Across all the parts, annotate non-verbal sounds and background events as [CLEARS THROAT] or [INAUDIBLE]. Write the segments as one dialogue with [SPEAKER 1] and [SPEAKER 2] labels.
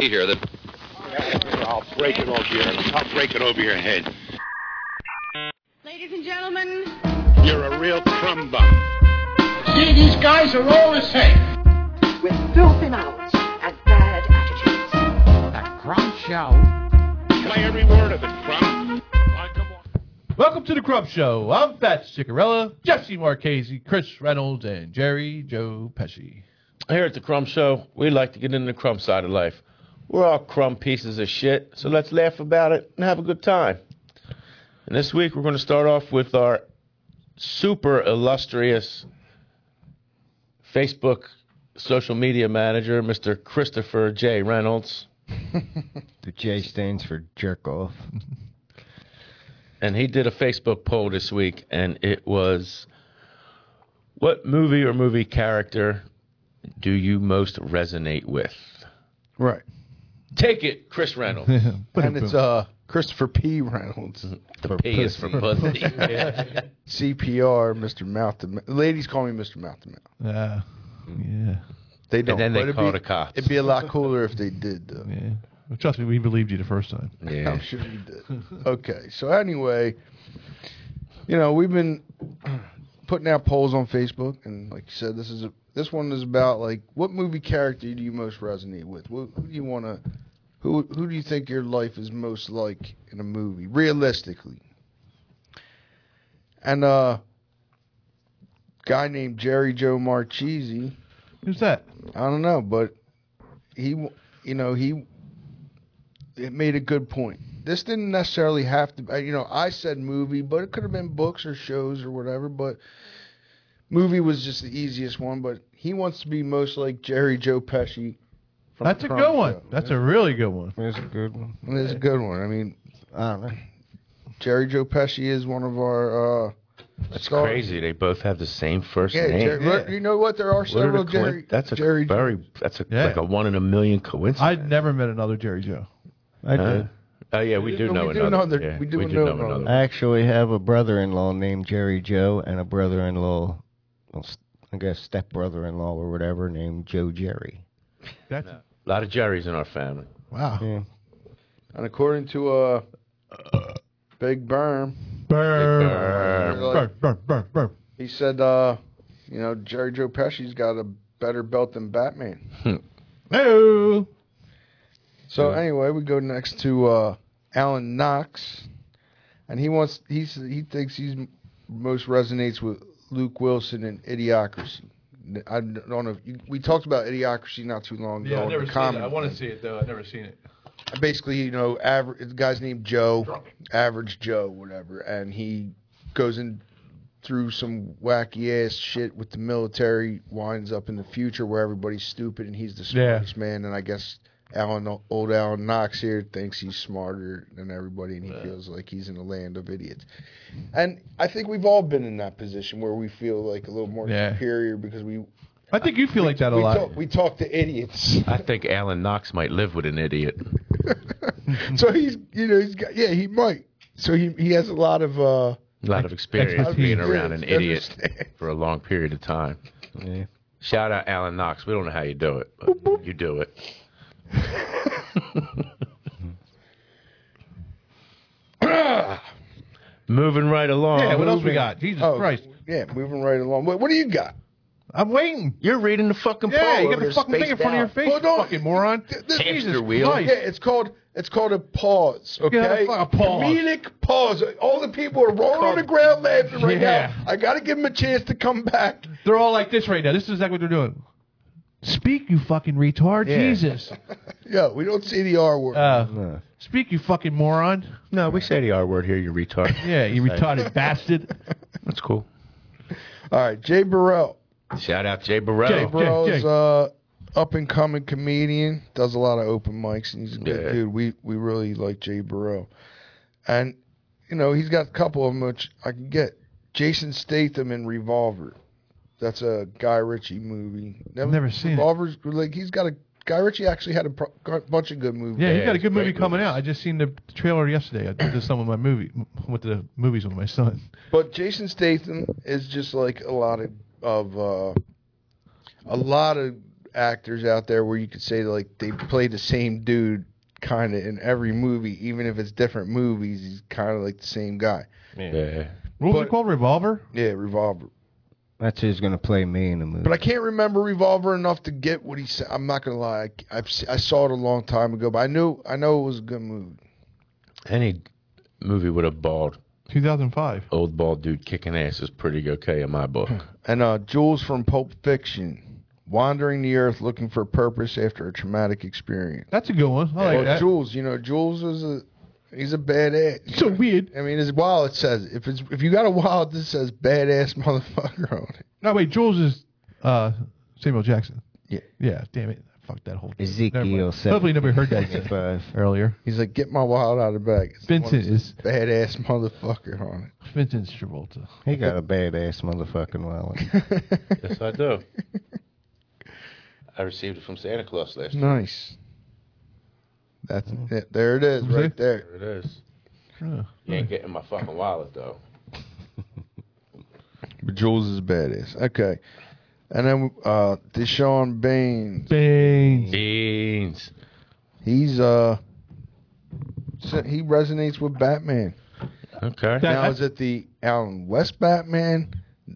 [SPEAKER 1] here that
[SPEAKER 2] I'll break it over your. I'll break it over your head.
[SPEAKER 3] Ladies and gentlemen,
[SPEAKER 2] You're a real crumb bum.
[SPEAKER 4] See, these guys are all the same.
[SPEAKER 5] with filthy mouths and bad attitudes.
[SPEAKER 2] Play every word of it, crumb. Why, come on.
[SPEAKER 6] Welcome to the Crump Show. I'm Fat Cicarella, Jesse Marchese, Chris Reynolds, and Jerry Joe Pesci.
[SPEAKER 7] Here at the Crumb Show, we like to get into the crumb side of life. We're all crumb pieces of shit, so let's laugh about it and have a good time. And this week, we're going to start off with our super illustrious Facebook social media manager, Mr. Christopher J. Reynolds.
[SPEAKER 8] The J stands for jerk [LAUGHS] off.
[SPEAKER 7] And he did a Facebook poll this week, and it was What movie or movie character do you most resonate with?
[SPEAKER 9] Right.
[SPEAKER 7] Take it, Chris
[SPEAKER 9] [LAUGHS]
[SPEAKER 7] Reynolds.
[SPEAKER 9] And it's uh, Christopher P. Reynolds,
[SPEAKER 7] The P is for
[SPEAKER 9] [LAUGHS]
[SPEAKER 7] pussy.
[SPEAKER 9] CPR, Mr. Mouth to Mouth. Ladies call me Mr. Mouth to Mouth.
[SPEAKER 6] Uh, yeah,
[SPEAKER 9] They
[SPEAKER 7] And
[SPEAKER 9] don't.
[SPEAKER 7] then they
[SPEAKER 9] but it'd
[SPEAKER 7] call
[SPEAKER 9] be-
[SPEAKER 7] the cops.
[SPEAKER 9] It'd be a lot cooler if they did, though.
[SPEAKER 6] yeah. Well, trust me, we believed you the first time.
[SPEAKER 7] Yeah.
[SPEAKER 9] I'm sure you did. Okay, so anyway, you know we've been [CLEARS THROAT] putting out polls on Facebook, and like you said, this is a, this one is about like what movie character do you most resonate with? Who, who do you want to? Who who do you think your life is most like in a movie, realistically? And uh, guy named Jerry Joe Marchese.
[SPEAKER 6] Who's that?
[SPEAKER 9] I don't know, but he, you know, he it made a good point. This didn't necessarily have to, you know, I said movie, but it could have been books or shows or whatever. But movie was just the easiest one. But he wants to be most like Jerry Joe Pesci. From
[SPEAKER 6] That's
[SPEAKER 9] the
[SPEAKER 6] a
[SPEAKER 9] Crumb
[SPEAKER 6] good one.
[SPEAKER 9] Show.
[SPEAKER 6] That's a really good one.
[SPEAKER 8] There's a good one.
[SPEAKER 9] That's a good one. I mean,
[SPEAKER 8] I don't know.
[SPEAKER 9] Jerry Joe Pesci is one of our. uh
[SPEAKER 7] That's
[SPEAKER 9] stars.
[SPEAKER 7] crazy. They both have the same first
[SPEAKER 9] Yeah,
[SPEAKER 7] name.
[SPEAKER 9] Jerry,
[SPEAKER 6] Yeah.
[SPEAKER 9] you know what? There are
[SPEAKER 7] What are the
[SPEAKER 9] several
[SPEAKER 7] coin-
[SPEAKER 9] Jerry.
[SPEAKER 7] that's a
[SPEAKER 9] Jerry.
[SPEAKER 7] very that's a,
[SPEAKER 6] Yeah.
[SPEAKER 7] like a one in a million coincidence.
[SPEAKER 6] I'd never met another Jerry Joe.
[SPEAKER 8] I
[SPEAKER 7] Huh?
[SPEAKER 8] did.
[SPEAKER 7] Oh yeah, we do
[SPEAKER 9] No,
[SPEAKER 7] know
[SPEAKER 9] we do
[SPEAKER 7] another.
[SPEAKER 9] know that-
[SPEAKER 7] yeah,
[SPEAKER 9] we do
[SPEAKER 7] we do
[SPEAKER 9] know
[SPEAKER 7] know
[SPEAKER 9] another.
[SPEAKER 7] another.
[SPEAKER 8] I actually have a brother-in-law named Jerry Joe and a brother-in-law, well, s- I guess step brother-in-law or whatever, named Joe Jerry.
[SPEAKER 6] That's
[SPEAKER 7] A lot of Jerry's in our family.
[SPEAKER 6] wow.
[SPEAKER 8] Yeah.
[SPEAKER 9] and according to uh, Big Berm,
[SPEAKER 6] Burr. Burr, burr, burr, burr.
[SPEAKER 9] He said, uh, you know, Jerry Joe Pesci's got a better belt than Batman.
[SPEAKER 6] Hey-oh.
[SPEAKER 9] So anyway, we go next to uh, Alan Knox, and he wants he's he thinks he's m- most resonates with Luke Wilson and Idiocracy. I don't know. If you, we talked about Idiocracy not too long ago.
[SPEAKER 6] Yeah, I've
[SPEAKER 9] on
[SPEAKER 6] never
[SPEAKER 9] the
[SPEAKER 6] seen it.
[SPEAKER 9] comedy
[SPEAKER 6] I want to
[SPEAKER 9] thing.
[SPEAKER 6] see it, though. I've never seen it.
[SPEAKER 9] Basically, you know, average the guy's named Joe, average Joe, whatever, and he goes in through some wacky ass shit with the military, winds up in the future where everybody's stupid and he's the
[SPEAKER 6] Yeah.
[SPEAKER 9] smartest man. And I guess Alan, old Alan Knox here thinks he's smarter than everybody and he feels like he's in the land of idiots. And I think we've all been in that position where we feel like a little more
[SPEAKER 6] Yeah.
[SPEAKER 9] superior because we
[SPEAKER 6] I think you feel like that a
[SPEAKER 9] we
[SPEAKER 6] lot.
[SPEAKER 9] talk, we talk to idiots.
[SPEAKER 7] I think Alan Knox might live with an idiot.
[SPEAKER 9] [LAUGHS] so he's you know he's got yeah he might. So he he has a lot of uh
[SPEAKER 7] A lot of experience
[SPEAKER 6] Expertise.
[SPEAKER 7] being around an
[SPEAKER 9] Yes,
[SPEAKER 7] idiot
[SPEAKER 9] understand.
[SPEAKER 7] for a long period of time.
[SPEAKER 8] Yeah.
[SPEAKER 7] Shout out Alan Knox. We don't know how you do it, but you do it. [LAUGHS] Moving right along.
[SPEAKER 6] Yeah, what else we got? Jesus
[SPEAKER 9] oh
[SPEAKER 6] Christ.
[SPEAKER 9] yeah moving right along. What what do you got?
[SPEAKER 6] I'm waiting.
[SPEAKER 7] You're reading the fucking
[SPEAKER 6] Yeah,
[SPEAKER 7] poll.
[SPEAKER 6] you got the
[SPEAKER 7] They're
[SPEAKER 6] fucking thing in
[SPEAKER 7] spaced
[SPEAKER 6] front
[SPEAKER 7] out.
[SPEAKER 6] of your face,
[SPEAKER 9] Hold on.
[SPEAKER 6] fucking moron.
[SPEAKER 9] this-
[SPEAKER 7] Hamster
[SPEAKER 6] Jesus
[SPEAKER 7] wheel.
[SPEAKER 6] Christ.
[SPEAKER 9] Yeah, it's called it's called a pause. Okay,
[SPEAKER 6] a fucking pause.
[SPEAKER 9] comedic pause. All the people are rolling on the ground laughing right
[SPEAKER 6] Yeah.
[SPEAKER 9] now. I got to give them a chance to come back.
[SPEAKER 6] They're all like this right now. This is exactly what they're doing. Speak, you fucking retard.
[SPEAKER 7] Yeah.
[SPEAKER 6] Jesus.
[SPEAKER 9] [LAUGHS] Yo, we don't see the R word.
[SPEAKER 6] Uh,
[SPEAKER 8] No.
[SPEAKER 6] speak, you fucking moron.
[SPEAKER 7] No, we say the R word here, you retard.
[SPEAKER 6] [LAUGHS] Yeah, you retarded bastard.
[SPEAKER 7] [LAUGHS] That's cool.
[SPEAKER 9] [LAUGHS] All right, Jay Burrell.
[SPEAKER 7] Shout out Jay Burrell.
[SPEAKER 6] Jay Burrell.
[SPEAKER 9] Burrell's
[SPEAKER 6] Jay.
[SPEAKER 9] uh, up and coming comedian. Does a lot of open mics, and he's a good
[SPEAKER 7] Yeah.
[SPEAKER 9] dude. We we really like Jay Burrell, and you know he's got a couple of them which I can get. Jason Statham in Revolver. That's a Guy Ritchie movie. Never,
[SPEAKER 6] Never seen it.
[SPEAKER 9] Revolvers. Like he's got a Guy Ritchie actually had a pro, got a bunch of good movies.
[SPEAKER 6] Yeah, you
[SPEAKER 7] Yeah,
[SPEAKER 6] got a
[SPEAKER 7] it's
[SPEAKER 6] good
[SPEAKER 7] great
[SPEAKER 6] movie coming
[SPEAKER 7] movies.
[SPEAKER 6] out. I just seen the trailer yesterday. I did some of my movie, went to the movies with my son.
[SPEAKER 9] But Jason Statham is just like a lot of of uh, a lot of actors out there where you could say like they play the same dude kind of in every movie, even if it's different movies. He's kind of like the same guy.
[SPEAKER 7] Yeah.
[SPEAKER 1] What was
[SPEAKER 9] But-
[SPEAKER 1] it called? Revolver?
[SPEAKER 9] Yeah, Revolver.
[SPEAKER 8] That's who's gonna play me in the movie.
[SPEAKER 9] But I can't remember Revolver enough to get what he said. I'm not gonna lie. I, I've se- I saw it a long time ago, but I knew I know it was a good movie.
[SPEAKER 7] Any movie with a bald,
[SPEAKER 1] 2005.
[SPEAKER 7] old bald dude kicking ass is pretty okay in my book.
[SPEAKER 9] And uh, Jules from Pulp Fiction, wandering the earth looking for purpose after a traumatic experience.
[SPEAKER 1] That's a good one. I like
[SPEAKER 6] Oh,
[SPEAKER 9] well,
[SPEAKER 1] that.
[SPEAKER 9] Jules, you know, Jules was a he's a badass.
[SPEAKER 1] So weird.
[SPEAKER 9] I mean, his wallet says if it's if you got a wallet that says badass motherfucker on it.
[SPEAKER 1] No, wait. Jules is uh, Samuel Jackson.
[SPEAKER 9] Yeah.
[SPEAKER 1] Yeah. Damn it. Fuck that whole.
[SPEAKER 8] Ezekiel
[SPEAKER 1] Never mind.
[SPEAKER 8] 7.
[SPEAKER 1] Hopefully nobody
[SPEAKER 7] [LAUGHS]
[SPEAKER 1] heard that
[SPEAKER 8] Five.
[SPEAKER 1] earlier.
[SPEAKER 9] He's like, get my wallet out of the bag. It's the one
[SPEAKER 1] Vincent
[SPEAKER 9] that
[SPEAKER 1] is
[SPEAKER 9] says badass motherfucker on
[SPEAKER 1] Vincent Travolta.
[SPEAKER 8] He got a badass motherfucking
[SPEAKER 9] [LAUGHS]
[SPEAKER 8] wallet.
[SPEAKER 9] it.
[SPEAKER 7] yes, I do. I received it from Santa Claus last year.
[SPEAKER 9] Nice. That's
[SPEAKER 1] Mm-hmm.
[SPEAKER 9] it. There it is, right
[SPEAKER 1] Mhm.
[SPEAKER 9] there.
[SPEAKER 7] There it is.
[SPEAKER 1] Oh,
[SPEAKER 7] You ain't getting my fucking wallet though.
[SPEAKER 9] But Jules is badass. Okay. And then uh Deshaun Baines.
[SPEAKER 1] Bang.
[SPEAKER 7] Beans.
[SPEAKER 9] He's uh so he resonates with Batman.
[SPEAKER 7] Okay.
[SPEAKER 1] That-
[SPEAKER 9] now is it the Alan West Batman,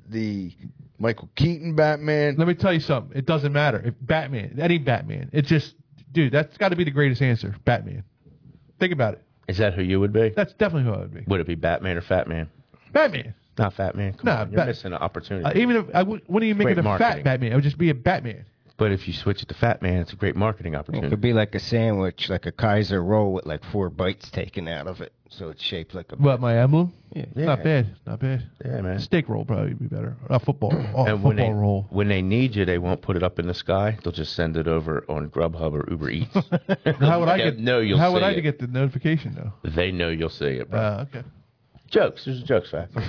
[SPEAKER 9] the Michael Keaton Batman?
[SPEAKER 1] Let me tell you something. It doesn't matter if Batman, any Batman. It's just, dude, that's got to be the greatest answer. Batman. Think about it.
[SPEAKER 7] Is that who you would be?
[SPEAKER 1] That's definitely who I would be.
[SPEAKER 7] Would it be Batman or Fat Man?
[SPEAKER 1] Batman.
[SPEAKER 7] Not Fat Man. Come
[SPEAKER 1] Nah,
[SPEAKER 7] on, you're
[SPEAKER 1] Bat-
[SPEAKER 7] missing an opportunity.
[SPEAKER 1] Uh, even if I w- wouldn't even make
[SPEAKER 7] Great
[SPEAKER 1] it a
[SPEAKER 7] marketing.
[SPEAKER 1] fat Batman, I would just be a Batman.
[SPEAKER 7] but if you switch it to Fat Man, it's a great marketing
[SPEAKER 8] It
[SPEAKER 7] opportunity.
[SPEAKER 8] could be like a sandwich, like a Kaiser roll with like four bites taken out of it, so it's shaped like a.
[SPEAKER 1] What my emblem?
[SPEAKER 8] Yeah.
[SPEAKER 1] Not bad. Not bad.
[SPEAKER 7] yeah, man.
[SPEAKER 1] Steak roll probably would be better. A football, oh,
[SPEAKER 7] And
[SPEAKER 1] football
[SPEAKER 7] when they, [LAUGHS]
[SPEAKER 1] roll.
[SPEAKER 7] when they need you, they won't put it up in the sky. They'll just send it over on Grubhub or Uber Eats.
[SPEAKER 1] [LAUGHS] How would I get?
[SPEAKER 7] No, you'll
[SPEAKER 1] how
[SPEAKER 7] see
[SPEAKER 1] would I
[SPEAKER 7] it.
[SPEAKER 1] get the notification though?
[SPEAKER 7] They know you'll see it, bro.
[SPEAKER 1] Uh, okay.
[SPEAKER 7] jokes. There's a jokes factor.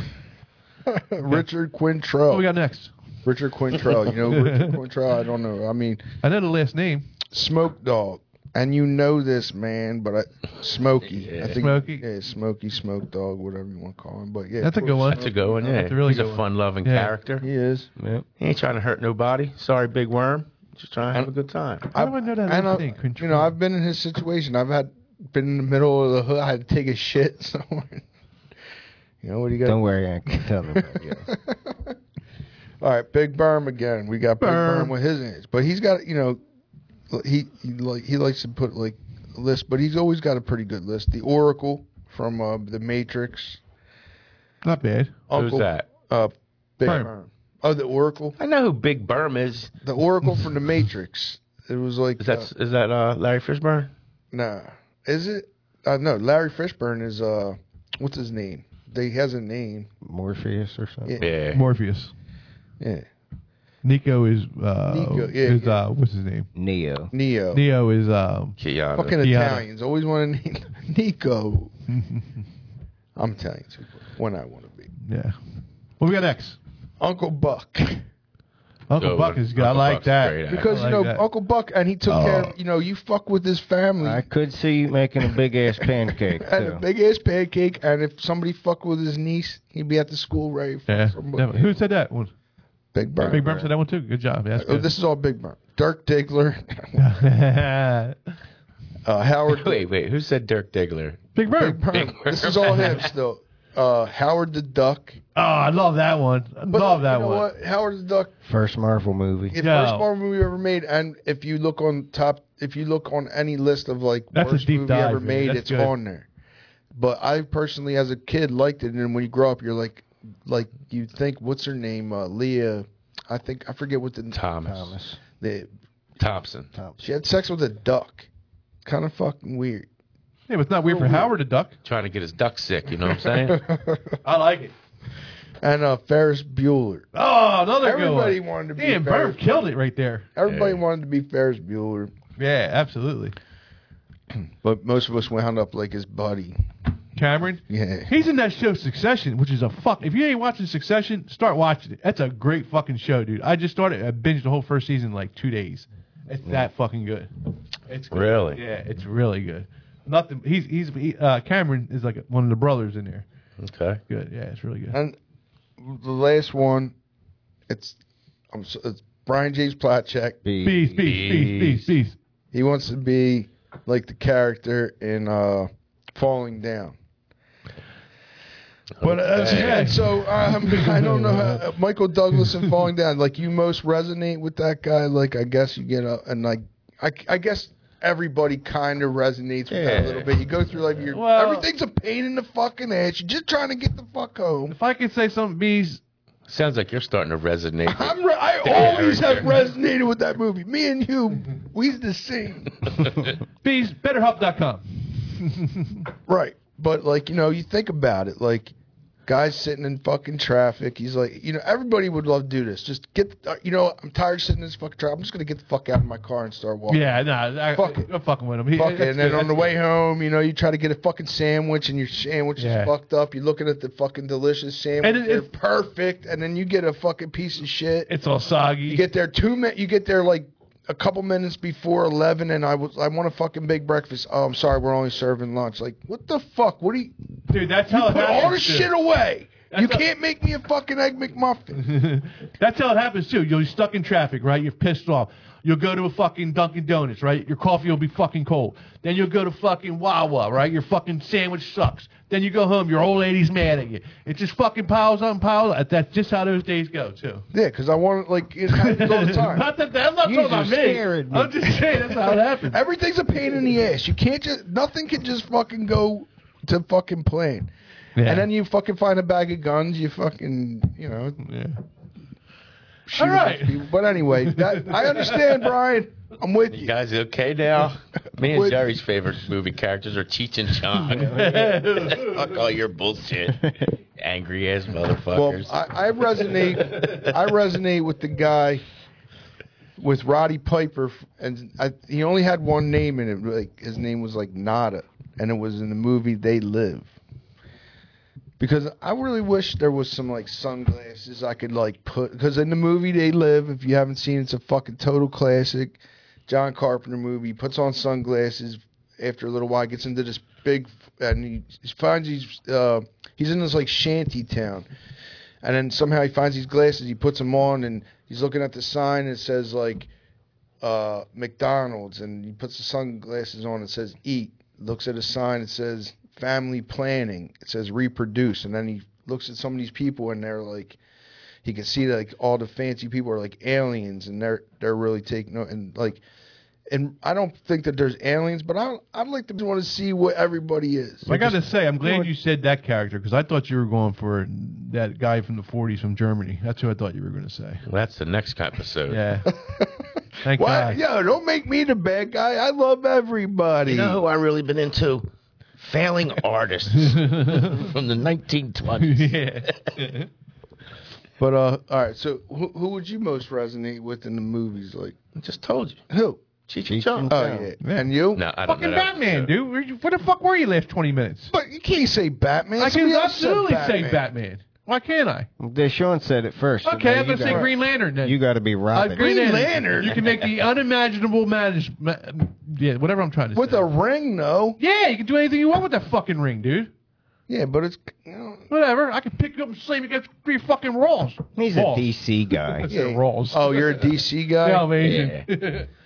[SPEAKER 9] Richard
[SPEAKER 1] What Oh, we
[SPEAKER 9] Quintrell.
[SPEAKER 1] got next?
[SPEAKER 9] Richard Quintrell. You know
[SPEAKER 1] [LAUGHS]
[SPEAKER 9] Richard Quintrell. I don't know. I mean,
[SPEAKER 1] I know the last name.
[SPEAKER 9] Smoke Dog. And you know this man, but I, Smokey. I think
[SPEAKER 1] Smokey.
[SPEAKER 9] Yeah, Smokey, Smoke Dog, whatever you want to call him. But yeah,
[SPEAKER 1] That's a good one.
[SPEAKER 7] That's a good one. Yeah,
[SPEAKER 1] That's a really
[SPEAKER 7] he's
[SPEAKER 1] good
[SPEAKER 7] a
[SPEAKER 1] one.
[SPEAKER 7] fun-loving
[SPEAKER 1] Yeah.
[SPEAKER 7] character.
[SPEAKER 9] He is.
[SPEAKER 8] Yeah.
[SPEAKER 7] He ain't trying to hurt nobody. Sorry, big worm. Just trying to have a good time.
[SPEAKER 1] How do I know that
[SPEAKER 9] And
[SPEAKER 1] last
[SPEAKER 9] I,
[SPEAKER 1] name?
[SPEAKER 9] you know, I've been in his situation. I've had been in the middle of the hood. I had to take a shit [LAUGHS] somewhere. You know what do you got?
[SPEAKER 8] Don't worry, I can tell them. About you.
[SPEAKER 9] [LAUGHS] All right, Big Berm again. We got Big
[SPEAKER 1] Berm.
[SPEAKER 9] Berm with his age, but he's got you know he he, like, he likes to put like a list, but he's always got a pretty good list. The Oracle from uh, the Matrix.
[SPEAKER 1] Not bad.
[SPEAKER 7] Who's that?
[SPEAKER 9] Uh, Big
[SPEAKER 1] Berm.
[SPEAKER 9] Berm. Oh, the Oracle.
[SPEAKER 7] I know who Big Berm is.
[SPEAKER 9] The Oracle from the Matrix. It was like
[SPEAKER 7] Is that
[SPEAKER 9] uh,
[SPEAKER 7] is that uh, Larry Fishburne?
[SPEAKER 9] nah. Is it? Uh, no, Larry Fishburne is uh, what's his name? They he has a name.
[SPEAKER 8] Morpheus or something.
[SPEAKER 9] Yeah.
[SPEAKER 7] Yeah.
[SPEAKER 1] Morpheus.
[SPEAKER 9] Yeah,
[SPEAKER 1] Nico is. Uh,
[SPEAKER 9] Nico, yeah,
[SPEAKER 1] Is
[SPEAKER 9] yeah.
[SPEAKER 1] uh, what's his name?
[SPEAKER 8] Neo.
[SPEAKER 9] Neo.
[SPEAKER 1] Neo is. Um, [LAUGHS]
[SPEAKER 7] Keanu.
[SPEAKER 9] Fucking
[SPEAKER 1] Keanu.
[SPEAKER 9] Italians always want to name [LAUGHS] Nico. I'm Italian too, when I want to be.
[SPEAKER 1] yeah. What we got next?
[SPEAKER 9] Uncle Buck.
[SPEAKER 1] [LAUGHS] Uncle
[SPEAKER 7] Good
[SPEAKER 1] Buck
[SPEAKER 7] one.
[SPEAKER 1] is good. I
[SPEAKER 7] Uncle
[SPEAKER 1] like
[SPEAKER 7] Buck's
[SPEAKER 1] that.
[SPEAKER 7] great at it.
[SPEAKER 9] Because
[SPEAKER 1] I
[SPEAKER 9] you
[SPEAKER 1] like
[SPEAKER 9] know
[SPEAKER 1] that.
[SPEAKER 9] Uncle Buck, and he took care.
[SPEAKER 1] Oh.
[SPEAKER 9] of, You know, you fuck with his family [LAUGHS]
[SPEAKER 8] I could see you making a big
[SPEAKER 1] [LAUGHS]
[SPEAKER 8] ass pancake.
[SPEAKER 9] and a
[SPEAKER 8] too.
[SPEAKER 9] big ass pancake. And if somebody fucked with his niece, he'd be at the school ready for
[SPEAKER 1] Yeah.
[SPEAKER 9] somebody.
[SPEAKER 1] definitely. Who said that one?
[SPEAKER 9] Big Burn.
[SPEAKER 1] Big Berm said that one too. Good job. Yeah, that's
[SPEAKER 9] Oh,
[SPEAKER 1] good. [LAUGHS]
[SPEAKER 9] this is all Big Burn. Dirk Diggler, uh,
[SPEAKER 7] [LAUGHS]
[SPEAKER 9] Howard.
[SPEAKER 7] Wait, wait. Who said Dirk Diggler?
[SPEAKER 1] Big Bird.
[SPEAKER 9] Big Burn.
[SPEAKER 7] Big Burn.
[SPEAKER 9] This is all him still. Uh, Howard the Duck.
[SPEAKER 1] Oh, I love that one. I
[SPEAKER 9] But
[SPEAKER 1] love
[SPEAKER 9] you
[SPEAKER 1] that
[SPEAKER 9] know
[SPEAKER 1] one.
[SPEAKER 9] What? Howard the Duck
[SPEAKER 8] First Marvel movie.
[SPEAKER 9] the
[SPEAKER 1] No.
[SPEAKER 9] first Marvel movie ever made, and if you look on top, if you look on any list of like
[SPEAKER 1] That's a
[SPEAKER 9] worst
[SPEAKER 1] deep
[SPEAKER 9] movie
[SPEAKER 1] dive,
[SPEAKER 9] ever
[SPEAKER 1] man.
[SPEAKER 9] made,
[SPEAKER 1] That's
[SPEAKER 9] it's
[SPEAKER 1] good.
[SPEAKER 9] on there. But I personally, as a kid, liked it, and when you grow up, you're like, like you think, what's her name, uh, Leah? I think I forget what the
[SPEAKER 7] Thomas.
[SPEAKER 8] Thomas.
[SPEAKER 9] The,
[SPEAKER 7] Thompson.
[SPEAKER 9] she had sex with a duck. Kind of fucking weird.
[SPEAKER 1] Yeah, but it's not weird for Howard to duck.
[SPEAKER 7] Trying to get his duck sick. You know what I'm
[SPEAKER 9] [LAUGHS]
[SPEAKER 7] saying?
[SPEAKER 1] I like it.
[SPEAKER 9] And uh, Ferris Bueller.
[SPEAKER 1] Oh, another
[SPEAKER 9] Everybody
[SPEAKER 1] good one.
[SPEAKER 9] wanted to be
[SPEAKER 1] Damn,
[SPEAKER 9] Ferris.
[SPEAKER 1] Bird killed it right there.
[SPEAKER 9] Everybody
[SPEAKER 7] Yeah.
[SPEAKER 9] wanted to be Ferris Bueller,
[SPEAKER 1] Yeah, absolutely.
[SPEAKER 9] but most of us wound up like his buddy.
[SPEAKER 1] Cameron,
[SPEAKER 9] Yeah.
[SPEAKER 1] he's in that show Succession, which is a fuck. If you ain't watching Succession, start watching it. That's a great fucking show, dude. I just started. I binged the whole first season in like two days. It's
[SPEAKER 9] Mm.
[SPEAKER 1] that fucking good. It's good.
[SPEAKER 7] Really?
[SPEAKER 1] yeah, it's really good. Nothing. He's he's he, uh, Cameron is like one of the brothers in there.
[SPEAKER 7] Okay.
[SPEAKER 1] Good. Yeah, it's really good.
[SPEAKER 9] And the last one, it's I'm so, it's Brian James Plotchek.
[SPEAKER 1] Bees, bees, bees, bees, bees.
[SPEAKER 9] He wants to be like the character in uh, Falling Down. But uh, and so um, I don't know. How, uh, Michael Douglas in Falling Down, like you most resonate with that guy. Like I guess you get a and like I, I guess everybody kind of resonates with that a little bit. You go through like your
[SPEAKER 6] Well-
[SPEAKER 9] everything's a pain in the fucking ass. You're just trying to get the fuck home.
[SPEAKER 1] If I could say something, bees.
[SPEAKER 7] Sounds like you're starting to resonate. [LAUGHS]
[SPEAKER 9] [LAUGHS] I'm re- I always have resonated with that movie. Me and you, we's the same.
[SPEAKER 1] Bees, betterhelp.com.
[SPEAKER 9] Right. But like, you know, you think about it, like guys sitting in fucking traffic. He's like, you know, everybody would love to do this. Just get, the, uh, you know, I'm tired of sitting in this fucking traffic. I'm just gonna get the fuck out of my car and start walking.
[SPEAKER 1] Yeah, nah, I,
[SPEAKER 9] Fuck it.
[SPEAKER 1] I'm fucking with him. He-
[SPEAKER 9] Fuck it.
[SPEAKER 1] that's
[SPEAKER 9] And then
[SPEAKER 1] good,
[SPEAKER 9] on the
[SPEAKER 1] that's
[SPEAKER 9] way home, you know, you try to get a fucking sandwich and your sandwich
[SPEAKER 1] Yeah.
[SPEAKER 9] is fucked up. You're looking at the fucking delicious sandwich.
[SPEAKER 1] And it-
[SPEAKER 9] They're
[SPEAKER 1] it's-
[SPEAKER 9] perfect. And then you get a fucking piece of shit.
[SPEAKER 1] good. It's all soggy.
[SPEAKER 9] You get there two min. You get there like a couple minutes before eleven, and I was I want a fucking big breakfast. Oh, I'm sorry, we're only serving lunch. Like, what the fuck? What do you
[SPEAKER 1] Dude, that's how it
[SPEAKER 9] put
[SPEAKER 1] happens.
[SPEAKER 9] all this
[SPEAKER 1] too.
[SPEAKER 9] shit away?
[SPEAKER 1] That's
[SPEAKER 9] you
[SPEAKER 1] a-
[SPEAKER 9] can't make me a fucking egg McMuffin.
[SPEAKER 1] [LAUGHS] That's how it happens too. You're stuck in traffic, right? You're pissed off. You'll go to a fucking Dunkin' Donuts, right? Your coffee will be fucking cold. Then you'll go to fucking Wawa, right? Your fucking sandwich sucks. Then you go home, your old lady's mad at you. It just fucking piles on, piles. On. That's just how those days go too.
[SPEAKER 9] yeah, because I want it like it
[SPEAKER 1] [LAUGHS]
[SPEAKER 9] happens all the time.
[SPEAKER 1] Not that I'm not
[SPEAKER 8] You
[SPEAKER 1] talking about
[SPEAKER 8] just
[SPEAKER 1] me.
[SPEAKER 8] scared me.
[SPEAKER 1] I'm just saying that's how it happens.
[SPEAKER 9] Everything's a pain in the ass. You can't just nothing can just fucking go to fucking plan. And then you fucking find a bag of guns. You fucking you know. Yeah.
[SPEAKER 1] All right.
[SPEAKER 9] But anyway, that, I
[SPEAKER 1] [LAUGHS]
[SPEAKER 9] understand, Brian. I'm with
[SPEAKER 7] You
[SPEAKER 9] you.
[SPEAKER 7] guys okay now? Me and
[SPEAKER 9] Would-
[SPEAKER 7] Jerry's favorite movie characters are Cheech and Chong. [LAUGHS] Fuck all your bullshit. Angry ass
[SPEAKER 9] Well,
[SPEAKER 7] motherfuckers.
[SPEAKER 9] I, I resonate. I resonate with the guy with Roddy Piper, and I, he only had one name in it. Like his name was like Nada, and it was in the movie They Live. Because I really wish there was some like sunglasses I could like put. Because in the movie They Live, if you haven't seen, it, it's a fucking total classic. John Carpenter movie. He puts on sunglasses after a little while. Gets into this big, and he finds he's uh, he's in this like shanty town, and then somehow he finds these glasses. He puts them on, and he's looking at the sign and it says like uh, McDonald's, and he puts the sunglasses on. It says eat. Looks at a sign. It says family planning. It says reproduce, and then he looks at some of these people, and they're like he can see like all the fancy people are like aliens and they're they're really taking note and like and I don't think that there's aliens, but I I'd like to want to see what everybody is.
[SPEAKER 1] [LAUGHS] I got to say, I'm glad you said that character because I thought you were going for that guy from the 40s from Germany. That's who I thought you were going to say.
[SPEAKER 7] Well, that's the next episode.
[SPEAKER 1] Yeah. Thank
[SPEAKER 9] Why?
[SPEAKER 1] God.
[SPEAKER 9] Yo, don't make me the bad guy. I love everybody.
[SPEAKER 7] You know who I really been into? Failing [LAUGHS] artists from the 1920s.
[SPEAKER 1] [LAUGHS] [LAUGHS] yeah.
[SPEAKER 9] But uh, all right. So who who would you most resonate with in the movies? Like
[SPEAKER 7] I just told you.
[SPEAKER 9] who?
[SPEAKER 7] Cheech and
[SPEAKER 8] Cheech
[SPEAKER 7] Chong.
[SPEAKER 8] and
[SPEAKER 9] Oh
[SPEAKER 8] Chong.
[SPEAKER 9] yeah.
[SPEAKER 1] Yeah.
[SPEAKER 9] And you?
[SPEAKER 7] No, I don't
[SPEAKER 1] Fucking
[SPEAKER 7] know that
[SPEAKER 1] Batman,
[SPEAKER 7] episode.
[SPEAKER 1] dude. Where, you- where the fuck were you last 20 minutes?
[SPEAKER 9] But you can't say Batman.
[SPEAKER 1] I can
[SPEAKER 9] Somebody else said
[SPEAKER 1] absolutely say
[SPEAKER 9] Batman.
[SPEAKER 1] Batman. Why can't I?
[SPEAKER 8] Deshaun said it first. and
[SPEAKER 1] Okay,
[SPEAKER 8] then
[SPEAKER 1] I'm
[SPEAKER 8] you
[SPEAKER 1] going to say
[SPEAKER 8] got-
[SPEAKER 1] Green Lantern then.
[SPEAKER 8] You got to be
[SPEAKER 1] Uh,
[SPEAKER 8] Robin.
[SPEAKER 1] Green,
[SPEAKER 9] Green
[SPEAKER 1] Lantern.
[SPEAKER 9] Lantern.
[SPEAKER 1] You can make the unimaginable manage. Ma- yeah, whatever I'm trying to
[SPEAKER 9] With
[SPEAKER 1] say.
[SPEAKER 9] a ring, no.
[SPEAKER 1] yeah, you can do anything you want with that fucking ring, dude.
[SPEAKER 9] Yeah, but it's you know,
[SPEAKER 1] Whatever. I can pick you up and slam you against three fucking rolls.
[SPEAKER 8] He's a
[SPEAKER 1] Walls.
[SPEAKER 8] DC guy.
[SPEAKER 1] Yeah. Rolls.
[SPEAKER 9] Oh, you're a DC guy.
[SPEAKER 1] Yeah, I'm Asian. [LAUGHS]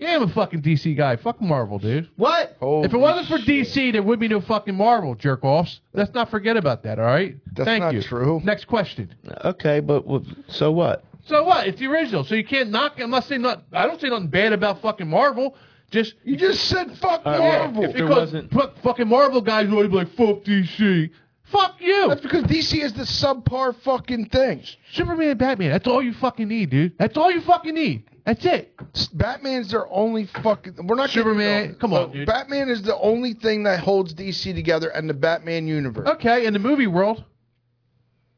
[SPEAKER 1] Yeah. I'm a fucking DC guy. Fuck Marvel, dude.
[SPEAKER 8] what?
[SPEAKER 9] Holy
[SPEAKER 1] if it wasn't for
[SPEAKER 9] shit.
[SPEAKER 1] DC, there would be no fucking Marvel jerk offs. Let's not forget about that, all right?
[SPEAKER 9] That's
[SPEAKER 1] Thank
[SPEAKER 9] not
[SPEAKER 1] you.
[SPEAKER 9] true.
[SPEAKER 1] Next question.
[SPEAKER 7] Okay, but well, so what?
[SPEAKER 1] So what? It's the original. So you can't knock. I'm not saying not. I don't say nothing bad about fucking Marvel. Just
[SPEAKER 9] You just said fuck
[SPEAKER 7] All right,
[SPEAKER 9] Marvel.
[SPEAKER 7] if there
[SPEAKER 1] because
[SPEAKER 7] wasn't-
[SPEAKER 1] fuck- fucking Marvel guys would be like, "Fuck DC, fuck you."
[SPEAKER 9] That's because DC is the subpar fucking thing.
[SPEAKER 1] Superman and Batman. That's all you fucking need, dude. That's all you fucking need. That's it.
[SPEAKER 9] Batman's their only fucking. We're not getting-
[SPEAKER 1] Superman,
[SPEAKER 9] no,
[SPEAKER 1] come on,
[SPEAKER 9] no,
[SPEAKER 1] dude.
[SPEAKER 9] Batman is the only thing that holds DC together and the Batman universe.
[SPEAKER 1] Okay, in the movie world.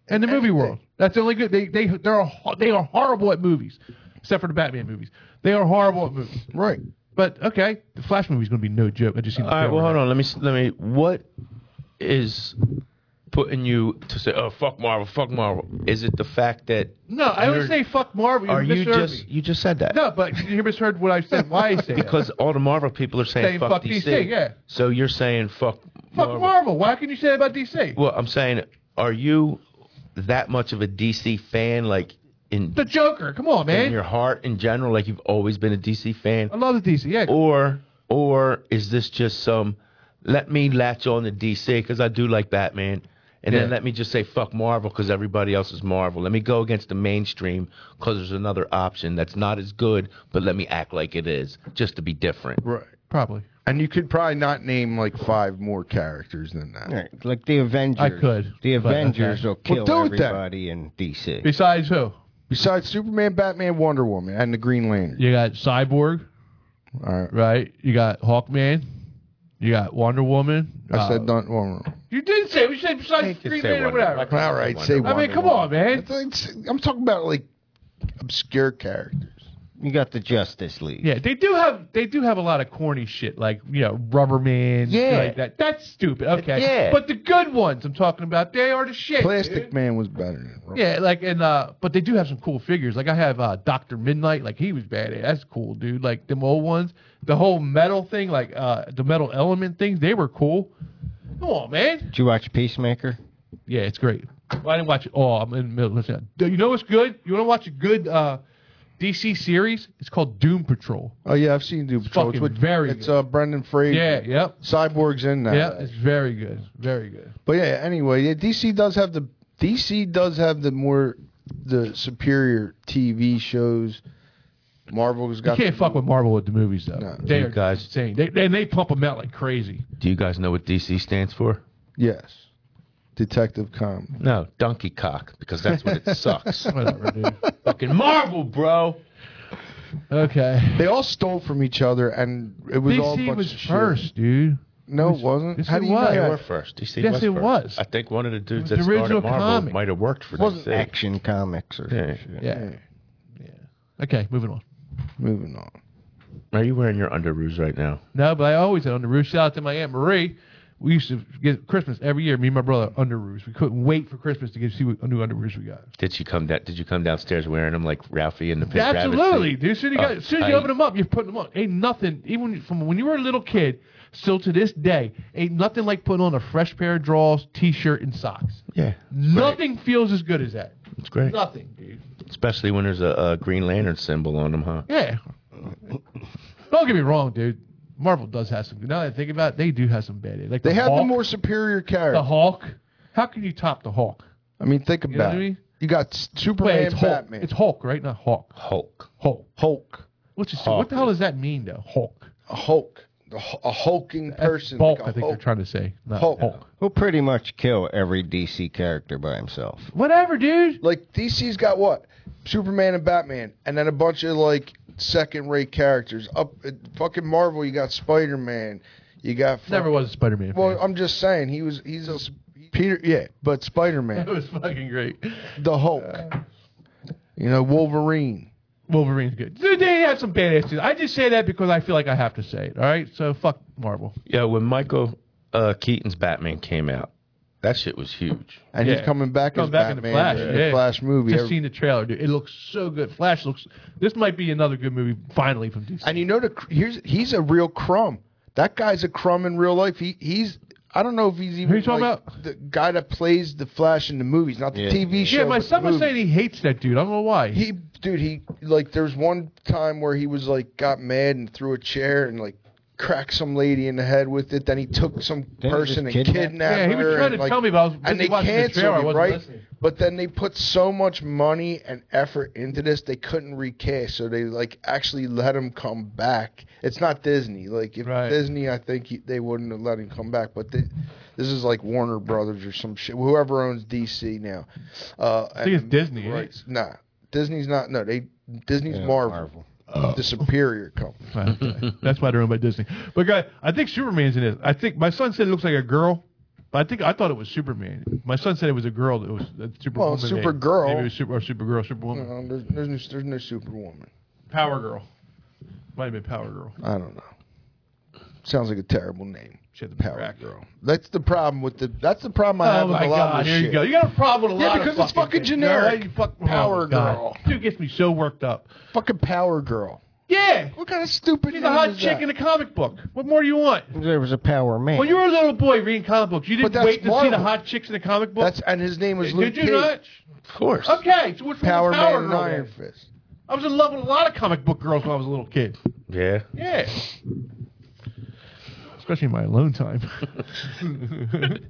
[SPEAKER 1] In the movie
[SPEAKER 9] Everything.
[SPEAKER 1] world, that's the only good. They they they are ho- they are horrible at movies, except for the Batman movies. They are horrible at movies.
[SPEAKER 9] Right.
[SPEAKER 1] But okay, the Flash movie's gonna be no joke. I just seen. The
[SPEAKER 7] All right,
[SPEAKER 1] trailer.
[SPEAKER 7] well, hold on. Let me s- let me. What is putting you to say, "Oh, fuck Marvel, fuck Marvel"? Is it the fact that
[SPEAKER 1] No, I would
[SPEAKER 7] You're-
[SPEAKER 1] say fuck Marvel.
[SPEAKER 7] are you
[SPEAKER 1] misheard
[SPEAKER 7] just
[SPEAKER 1] me.
[SPEAKER 7] you just said that?
[SPEAKER 1] No, but you misheard what I said. Why I said that.
[SPEAKER 7] because all the Marvel people are saying,
[SPEAKER 1] Saying
[SPEAKER 7] fuck,
[SPEAKER 1] fuck
[SPEAKER 7] DC.
[SPEAKER 1] DC, yeah.
[SPEAKER 7] So you're saying fuck
[SPEAKER 1] fuck
[SPEAKER 7] Marvel.
[SPEAKER 1] Marvel. Why can you say that about DC?
[SPEAKER 7] Well, I'm saying, are you that much of a DC fan? Like in
[SPEAKER 1] The Joker. Come on,
[SPEAKER 7] in
[SPEAKER 1] man.
[SPEAKER 7] your heart in general, like you've always been a DC fan,
[SPEAKER 1] I love the DC. Yeah.
[SPEAKER 7] or or is this just some let me latch on to DC because I do like Batman, and
[SPEAKER 1] Yeah.
[SPEAKER 7] then let me just say fuck Marvel because everybody else is Marvel. Let me go against the mainstream because there's another option that's not as good, but let me act like it is just to be different.
[SPEAKER 9] Right.
[SPEAKER 1] Probably.
[SPEAKER 9] And you could probably not name like five more characters than that.
[SPEAKER 8] All right, Like the Avengers.
[SPEAKER 1] I could,
[SPEAKER 8] The
[SPEAKER 1] but okay.
[SPEAKER 8] Avengers will kill
[SPEAKER 9] do it then.
[SPEAKER 8] everybody in DC.
[SPEAKER 1] Besides who?
[SPEAKER 9] Besides Superman, Batman, Wonder Woman, and the Green Lantern.
[SPEAKER 1] You got Cyborg,
[SPEAKER 9] All right.
[SPEAKER 1] right? You got Hawkman. You got Wonder Woman.
[SPEAKER 9] I
[SPEAKER 1] Uh,
[SPEAKER 9] said don't. Wonder Woman.
[SPEAKER 1] you did say we said
[SPEAKER 7] I
[SPEAKER 1] besides
[SPEAKER 7] could
[SPEAKER 1] Green
[SPEAKER 7] say
[SPEAKER 1] Man or
[SPEAKER 7] Wonder-
[SPEAKER 1] whatever.
[SPEAKER 7] could say
[SPEAKER 9] All right,
[SPEAKER 7] Wonder
[SPEAKER 9] say
[SPEAKER 7] Woman.
[SPEAKER 1] I mean, come on,
[SPEAKER 9] I
[SPEAKER 1] man.
[SPEAKER 9] think it's- I'm talking about like obscure characters.
[SPEAKER 8] You got the Justice League.
[SPEAKER 1] Yeah, they do have they do have a lot of corny shit like you know Rubberman, shit
[SPEAKER 7] Yeah.
[SPEAKER 1] like that. That's stupid. Okay,
[SPEAKER 7] Yeah.
[SPEAKER 1] But the good ones I'm talking about, they are the shit.
[SPEAKER 9] Plastic
[SPEAKER 1] dude.
[SPEAKER 9] Man was better than Ro-
[SPEAKER 1] Yeah, like and uh, but they do have some cool figures. Like I have uh, Doctor Midnight, like he was badass. That's cool, dude. Like them old ones, the whole metal thing, like uh, the metal element things, they were cool. Come on, man.
[SPEAKER 8] Did you watch Peacemaker?
[SPEAKER 1] Yeah, it's great. Well, I didn't watch it. all. I'm in the middle. Listen, you know what's good? You want to watch a good uh, DC series? It's called Doom Patrol.
[SPEAKER 9] Oh yeah, I've seen Doom Patrol.
[SPEAKER 1] fucking
[SPEAKER 9] It's with-
[SPEAKER 1] very
[SPEAKER 9] It's
[SPEAKER 1] good.
[SPEAKER 9] uh, Brendan Fraser.
[SPEAKER 1] Yeah, yep,
[SPEAKER 9] Cyborg's in that.
[SPEAKER 1] yeah. It's very good, very good.
[SPEAKER 9] But yeah, anyway, yeah, DC does have the DC does have the more the superior TV shows. Marvel's
[SPEAKER 1] You
[SPEAKER 9] got
[SPEAKER 1] can't
[SPEAKER 9] the-
[SPEAKER 1] fuck with Marvel with the movies though.
[SPEAKER 9] No.
[SPEAKER 1] they
[SPEAKER 7] You
[SPEAKER 1] are
[SPEAKER 7] guys-
[SPEAKER 1] insane. They, and they pump them out like crazy.
[SPEAKER 7] Do you guys know what DC stands for?
[SPEAKER 9] Yes. Detective Com.
[SPEAKER 7] No, donkey cock because that's what it sucks.
[SPEAKER 1] Whatever, dude.
[SPEAKER 7] Fucking Marvel, bro.
[SPEAKER 1] Okay.
[SPEAKER 9] They all stole from each other, and it was all a
[SPEAKER 1] DC
[SPEAKER 9] bunch
[SPEAKER 1] was
[SPEAKER 9] of shit.
[SPEAKER 1] first, dude.
[SPEAKER 9] No,
[SPEAKER 1] was-
[SPEAKER 9] it wasn't.
[SPEAKER 1] yes,
[SPEAKER 9] How
[SPEAKER 1] it
[SPEAKER 9] do you know
[SPEAKER 1] was.
[SPEAKER 7] They
[SPEAKER 9] that?
[SPEAKER 7] were first. DC
[SPEAKER 1] Yes,
[SPEAKER 7] was
[SPEAKER 1] it
[SPEAKER 7] first.
[SPEAKER 1] was.
[SPEAKER 7] I think one of the dudes
[SPEAKER 1] It
[SPEAKER 7] that
[SPEAKER 1] was the original
[SPEAKER 7] started Marvel
[SPEAKER 1] comic.
[SPEAKER 7] might have worked for
[SPEAKER 9] Wasn't
[SPEAKER 7] DC.
[SPEAKER 8] Action Comics or some
[SPEAKER 7] Yeah.
[SPEAKER 8] shit.
[SPEAKER 1] Yeah. Yeah. Okay, moving on.
[SPEAKER 9] Moving on.
[SPEAKER 7] Are you wearing your underoos right now?
[SPEAKER 1] No, but I always had underoos. Shout out to my Aunt Marie. We used to get Christmas every year, me and my brother, underoos. We couldn't wait for Christmas to get see what new underoos we got.
[SPEAKER 7] Did she come down? Did you come downstairs wearing them like Ralphie and the Pink Rabbit?
[SPEAKER 1] Absolutely, dude. As soon as you, got,
[SPEAKER 7] Oh,
[SPEAKER 1] as soon as you
[SPEAKER 7] I-
[SPEAKER 1] open them up, you're putting them on. Ain't nothing, even from when you were a little kid, still to this day, ain't nothing like putting on a fresh pair of drawers, t-shirt, and socks.
[SPEAKER 7] Yeah,
[SPEAKER 1] Nothing feels as good as that.
[SPEAKER 7] it's great.
[SPEAKER 1] Nothing, dude.
[SPEAKER 7] Especially when there's a, a Green Lantern symbol on them, huh?
[SPEAKER 1] Yeah. Don't get me wrong, dude. Marvel does have some. Now that I think about it, they do have some bad. Like
[SPEAKER 9] They
[SPEAKER 1] the
[SPEAKER 9] have
[SPEAKER 1] Hulk,
[SPEAKER 9] the more superior
[SPEAKER 1] the
[SPEAKER 9] character.
[SPEAKER 1] Hulk. How can you top the Hulk?
[SPEAKER 9] I mean, think
[SPEAKER 1] You know
[SPEAKER 9] about
[SPEAKER 1] what I
[SPEAKER 9] it.
[SPEAKER 1] mean?
[SPEAKER 9] You got S- Superman,
[SPEAKER 1] Wait, it's Hulk.
[SPEAKER 9] Batman.
[SPEAKER 1] It's Hulk, right? Not Hawk.
[SPEAKER 7] Hulk.
[SPEAKER 1] Hulk.
[SPEAKER 9] Hulk.
[SPEAKER 1] Which is
[SPEAKER 7] Hulk.
[SPEAKER 1] what the hell does that mean though? Hulk.
[SPEAKER 9] A Hulk. The hu- A hulking
[SPEAKER 1] That's
[SPEAKER 9] person.
[SPEAKER 1] Bulk.
[SPEAKER 9] like a
[SPEAKER 1] I think
[SPEAKER 9] Hulk.
[SPEAKER 1] they're trying to say. Not
[SPEAKER 9] Hulk.
[SPEAKER 1] Hulk.
[SPEAKER 8] Who'll pretty much kill every DC character by himself.
[SPEAKER 1] Whatever, dude.
[SPEAKER 9] Like, DC's got what? Superman and Batman, and then a bunch of, like, second rate characters. Up at fucking Marvel, you got Spider Man. You got. fuck-
[SPEAKER 1] Never was a Spider-Man.
[SPEAKER 9] Well,
[SPEAKER 1] fan.
[SPEAKER 9] I'm just saying, he was. He's a. s- Peter, yeah, but Spider
[SPEAKER 1] That [LAUGHS]
[SPEAKER 9] Man,
[SPEAKER 1] was fucking great.
[SPEAKER 9] the Hulk, you know, Wolverine.
[SPEAKER 1] Wolverine's good. Dude, they have some badass dudes. I just say that because I feel like I have to say it. All right, so fuck Marvel.
[SPEAKER 7] Yeah, when Michael uh, Keaton's Batman came out, that shit was huge.
[SPEAKER 9] And
[SPEAKER 1] Yeah.
[SPEAKER 9] he's coming back
[SPEAKER 1] Come
[SPEAKER 9] as
[SPEAKER 1] back in the
[SPEAKER 9] Batman
[SPEAKER 1] Flash,
[SPEAKER 9] in
[SPEAKER 1] yeah.
[SPEAKER 9] the Flash movie.
[SPEAKER 1] Just seen the trailer, dude. It looks so good. Flash looks. This might be another good movie finally from DC.
[SPEAKER 9] And you know the cr- here's he's a real crumb. That guy's a crumb in real life. He he's I don't know if he's even
[SPEAKER 1] you talking
[SPEAKER 9] like,
[SPEAKER 1] about?
[SPEAKER 9] the guy that plays the Flash in the movies, not the
[SPEAKER 8] Yeah.
[SPEAKER 9] TV show.
[SPEAKER 1] yeah, my
[SPEAKER 9] but the
[SPEAKER 1] son was
[SPEAKER 9] movie.
[SPEAKER 1] saying he hates that dude. I don't know why.
[SPEAKER 9] he dude he like there's one time where he was like got mad and threw a chair and like cracked some lady in the head with it. Then he took some
[SPEAKER 8] he
[SPEAKER 9] person and
[SPEAKER 8] just
[SPEAKER 9] kidnapped
[SPEAKER 8] kidnap-
[SPEAKER 9] her.
[SPEAKER 1] yeah, he was
[SPEAKER 9] and,
[SPEAKER 1] trying to
[SPEAKER 9] like-
[SPEAKER 1] tell me, but I was busy
[SPEAKER 9] and they
[SPEAKER 1] watching the
[SPEAKER 9] canceled
[SPEAKER 1] trailer. I
[SPEAKER 9] him,
[SPEAKER 1] wasn't
[SPEAKER 9] right?
[SPEAKER 1] listening.
[SPEAKER 9] But then they put so much money and effort into this, they couldn't recast. So they like actually let him come back. It's not Disney. Like if
[SPEAKER 1] Right.
[SPEAKER 9] Disney, I think he, they wouldn't have let him come back. But they, this is like Warner Brothers or some shit. Whoever owns DC now. Uh, I
[SPEAKER 1] think it's Disney,
[SPEAKER 9] Right?
[SPEAKER 1] ain't
[SPEAKER 9] Nah, Disney's not. No, they Disney's
[SPEAKER 8] Yeah,
[SPEAKER 9] Marvel,
[SPEAKER 8] Marvel. Oh.
[SPEAKER 9] the superior company.
[SPEAKER 1] Okay. That's why they're owned by Disney. But guy, I think Superman's in it. I think my son said it looks like a girl, but I think I thought it was Superman. My son said it was a girl that was that Superwoman.
[SPEAKER 9] Well,
[SPEAKER 1] made.
[SPEAKER 9] Supergirl. Uh-huh.
[SPEAKER 1] Maybe it was super, or Supergirl, Superwoman,
[SPEAKER 9] No, there's, there's, no, there's no Superwoman.
[SPEAKER 1] Power Girl. Might have been Power Girl.
[SPEAKER 9] I don't know. Sounds like a terrible name.
[SPEAKER 1] She had the
[SPEAKER 9] Power
[SPEAKER 1] crack.
[SPEAKER 9] Girl. That's the problem with the. That's the problem I have
[SPEAKER 1] Oh
[SPEAKER 9] with
[SPEAKER 1] my
[SPEAKER 9] a lot of
[SPEAKER 1] god!
[SPEAKER 9] this
[SPEAKER 1] Here you
[SPEAKER 9] shit.
[SPEAKER 1] go. You got a problem with a
[SPEAKER 9] Yeah,
[SPEAKER 1] lot of
[SPEAKER 9] because it's fucking
[SPEAKER 1] things.
[SPEAKER 9] generic. Oh,
[SPEAKER 1] No, you fuck-
[SPEAKER 9] Power
[SPEAKER 1] God.
[SPEAKER 9] Girl.
[SPEAKER 1] Dude gets me so worked up.
[SPEAKER 9] Fucking Power Girl.
[SPEAKER 1] Yeah.
[SPEAKER 9] What kind of stupid
[SPEAKER 1] She's a hot
[SPEAKER 9] is
[SPEAKER 1] chick
[SPEAKER 9] that?
[SPEAKER 1] in a comic book. What more do you want?
[SPEAKER 8] There was a power man.
[SPEAKER 1] When you were a little boy reading comic books, you didn't
[SPEAKER 9] But that's
[SPEAKER 1] wait to see the
[SPEAKER 9] Marvel.
[SPEAKER 1] hot chicks in the comic book.
[SPEAKER 9] That's and his name was Luke
[SPEAKER 1] Did you
[SPEAKER 9] Cage.
[SPEAKER 1] not?
[SPEAKER 7] Of course.
[SPEAKER 1] Okay, so what's
[SPEAKER 9] Power,
[SPEAKER 1] wrong with Power
[SPEAKER 9] Man and
[SPEAKER 1] Girl
[SPEAKER 9] Iron
[SPEAKER 1] then?
[SPEAKER 9] Fist.
[SPEAKER 1] I was in love with a lot of comic book girls when I was a little kid. [LAUGHS]
[SPEAKER 7] Yeah.
[SPEAKER 1] Yeah. Especially in my alone time. [LAUGHS]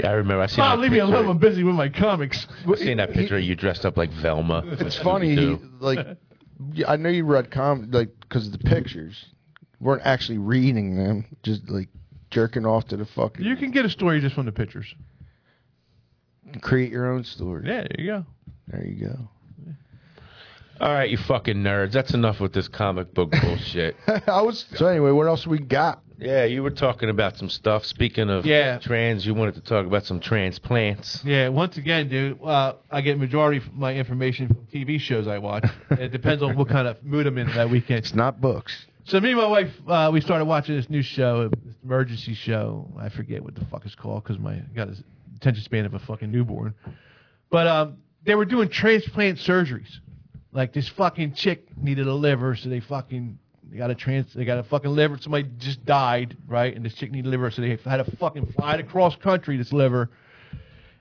[SPEAKER 7] Yeah, I remember. I seen
[SPEAKER 1] Bob,
[SPEAKER 7] that
[SPEAKER 1] leave me
[SPEAKER 7] picture.
[SPEAKER 1] alone. I'm busy with my comics.
[SPEAKER 7] I seen that picture of you dressed up like Velma.
[SPEAKER 9] It's funny, he, like yeah, I know you read com like because the pictures You weren't actually reading them, just like jerking off to the fucking.
[SPEAKER 1] You can get a story just from the pictures.
[SPEAKER 9] create your own story.
[SPEAKER 1] Yeah, there you go.
[SPEAKER 9] There you [LAUGHS] go.
[SPEAKER 7] All right, you fucking nerds. That's enough with this comic book bullshit.
[SPEAKER 9] I was so anyway. What else we got?
[SPEAKER 7] yeah, you were talking about some stuff. Speaking of
[SPEAKER 1] Yeah.
[SPEAKER 7] trans, you wanted to talk about some transplants.
[SPEAKER 1] Yeah, once again, dude, uh, I get majority of my information from TV shows I watch. it depends on what kind of mood I'm in that weekend.
[SPEAKER 9] It's not books.
[SPEAKER 1] So me and my wife, uh, we started watching this new show, this emergency show. I forget what the fuck it's called because my I got an attention span of a fucking newborn. But um, they were doing transplant surgeries. Like this fucking chick needed a liver, so they fucking they got a trans they got a fucking liver. Somebody just died, right? And this chick needed a liver, so they had to fucking fly it across country this liver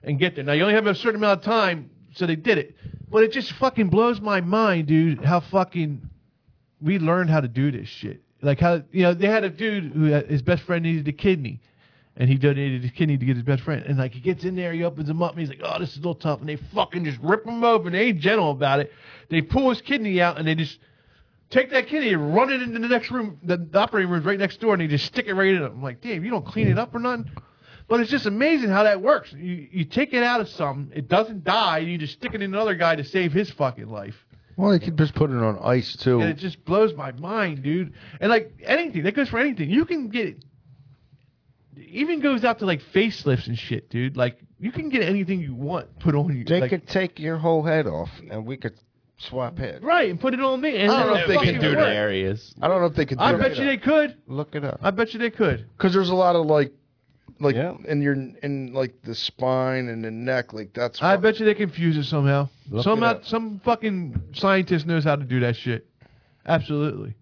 [SPEAKER 1] and get there. Now you only have a certain amount of time, so they did it. But it just fucking blows my mind, dude, how fucking we learned how to do this shit. Like how you know they had a dude who had- his best friend needed a kidney, and he donated his kidney to get his best friend. And like he gets in there, he opens him up, and he's like, "Oh, this is a little tough." And they fucking just rip him open. They ain't gentle about it. They pull his kidney out, and they just take that kidney and run it into the next room. The, the operating room's right next door, and they just stick it right in. it. I'm like, damn, you don't clean it up or nothing. But it's just amazing how that works. You you take it out of something, it doesn't die, and you just stick it in another guy to save his fucking life.
[SPEAKER 9] Well, they could just put it on ice too.
[SPEAKER 1] And it just blows my mind, dude. And like anything, that goes for anything. You can get it. Even goes out to like facelifts and shit, dude. Like you can get anything you want put on you.
[SPEAKER 8] they
[SPEAKER 1] Like,
[SPEAKER 8] could take your whole head off, and we could swap heads.
[SPEAKER 1] right and put it on me. And
[SPEAKER 9] I don't
[SPEAKER 1] it'll
[SPEAKER 9] know if they
[SPEAKER 1] fucking
[SPEAKER 9] can do
[SPEAKER 1] work.
[SPEAKER 9] that.
[SPEAKER 7] areas.
[SPEAKER 9] I don't know if they could. Do
[SPEAKER 1] I bet you they could.
[SPEAKER 8] Look it up.
[SPEAKER 1] I bet you they could.
[SPEAKER 9] because there's a lot of like, like
[SPEAKER 8] Yeah.
[SPEAKER 9] in your in like the spine and the neck. Like that's.
[SPEAKER 1] I
[SPEAKER 9] what-
[SPEAKER 1] bet you they confuse it somehow.
[SPEAKER 9] Look it
[SPEAKER 1] Somehow,
[SPEAKER 9] up.
[SPEAKER 1] some fucking scientist knows how to do that shit. Absolutely.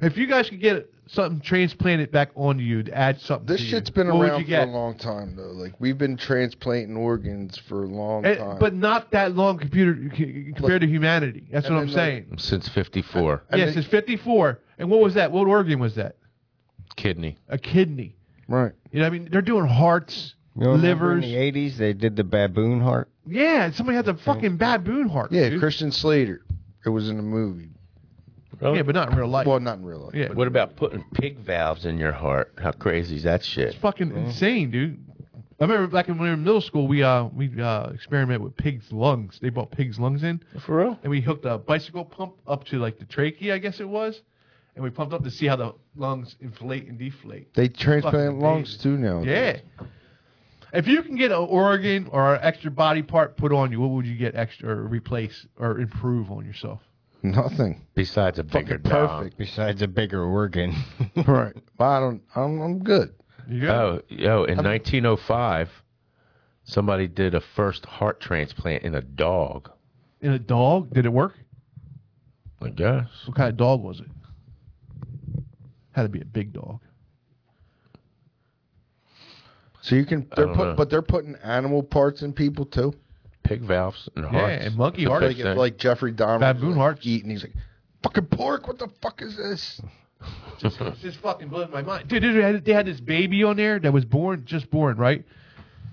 [SPEAKER 1] If you guys could get something transplanted back onto you to add something,
[SPEAKER 9] This
[SPEAKER 1] to you,
[SPEAKER 9] shit's been
[SPEAKER 1] what would
[SPEAKER 9] around
[SPEAKER 1] you
[SPEAKER 9] for
[SPEAKER 1] get?
[SPEAKER 9] a long time though. Like we've been transplanting organs for a long
[SPEAKER 1] Eh,
[SPEAKER 9] time.
[SPEAKER 1] but not that long computer c- compared to humanity. That's
[SPEAKER 9] And
[SPEAKER 1] what I'm
[SPEAKER 9] then, like,
[SPEAKER 1] saying.
[SPEAKER 7] Since 54,
[SPEAKER 9] and
[SPEAKER 1] yes,
[SPEAKER 9] they-
[SPEAKER 1] it's 54. And what was that? What organ was that?
[SPEAKER 7] kidney.
[SPEAKER 1] A kidney.
[SPEAKER 9] right.
[SPEAKER 1] You know, what I mean, they're doing hearts,
[SPEAKER 8] You remember
[SPEAKER 1] livers.
[SPEAKER 8] In the eighties, they did the baboon heart.
[SPEAKER 1] Yeah, somebody has a fucking baboon heart.
[SPEAKER 9] Yeah,
[SPEAKER 1] dude.
[SPEAKER 9] Christian Slater. It was in the movie.
[SPEAKER 1] yeah, but not in real life.
[SPEAKER 9] Well, not in real life.
[SPEAKER 1] yeah,
[SPEAKER 7] What about putting pig valves in your heart? How crazy is that shit?
[SPEAKER 1] it's fucking insane, dude. I remember back in, when we were in middle school, we uh we uh experimented with pigs' lungs. They bought pigs' lungs in,
[SPEAKER 7] For real?
[SPEAKER 1] and we hooked a bicycle pump up to like the trachea, I guess it was, and we pumped up to see how the lungs inflate and deflate.
[SPEAKER 9] They
[SPEAKER 1] Fucking
[SPEAKER 9] transplant lungs
[SPEAKER 1] amazing.
[SPEAKER 9] too now.
[SPEAKER 1] Yeah. If you can get an organ or an extra body part put on you, what would you get extra or replace or improve on yourself?
[SPEAKER 9] Nothing.
[SPEAKER 7] Besides a bigger
[SPEAKER 9] Fucking
[SPEAKER 7] dog.
[SPEAKER 9] perfect.
[SPEAKER 8] Besides a bigger organ. [LAUGHS]
[SPEAKER 9] Right. Well, I don't. I'm, I'm good.
[SPEAKER 1] You go.
[SPEAKER 7] Oh, yo, in 1905, somebody did a first heart transplant in a dog.
[SPEAKER 1] In a dog? Did it work?
[SPEAKER 7] I guess.
[SPEAKER 1] What kind of dog was it? Had to be a big dog.
[SPEAKER 9] So you can. They're
[SPEAKER 7] don't
[SPEAKER 9] put,
[SPEAKER 7] know.
[SPEAKER 9] but they're putting animal parts in people too.
[SPEAKER 7] Pig valves and hearts.
[SPEAKER 1] and monkey
[SPEAKER 7] It's a
[SPEAKER 1] hearts.
[SPEAKER 7] big
[SPEAKER 9] Like
[SPEAKER 7] thing.
[SPEAKER 9] if like Jeffrey Dahmer
[SPEAKER 1] Baboon
[SPEAKER 9] like,
[SPEAKER 1] hearts.
[SPEAKER 9] eating. He's like, fucking pork. What the fuck is this?
[SPEAKER 7] [LAUGHS]
[SPEAKER 1] It just fucking blew my mind. Dude, dude, they had- they had this baby on there that was born, just born, right?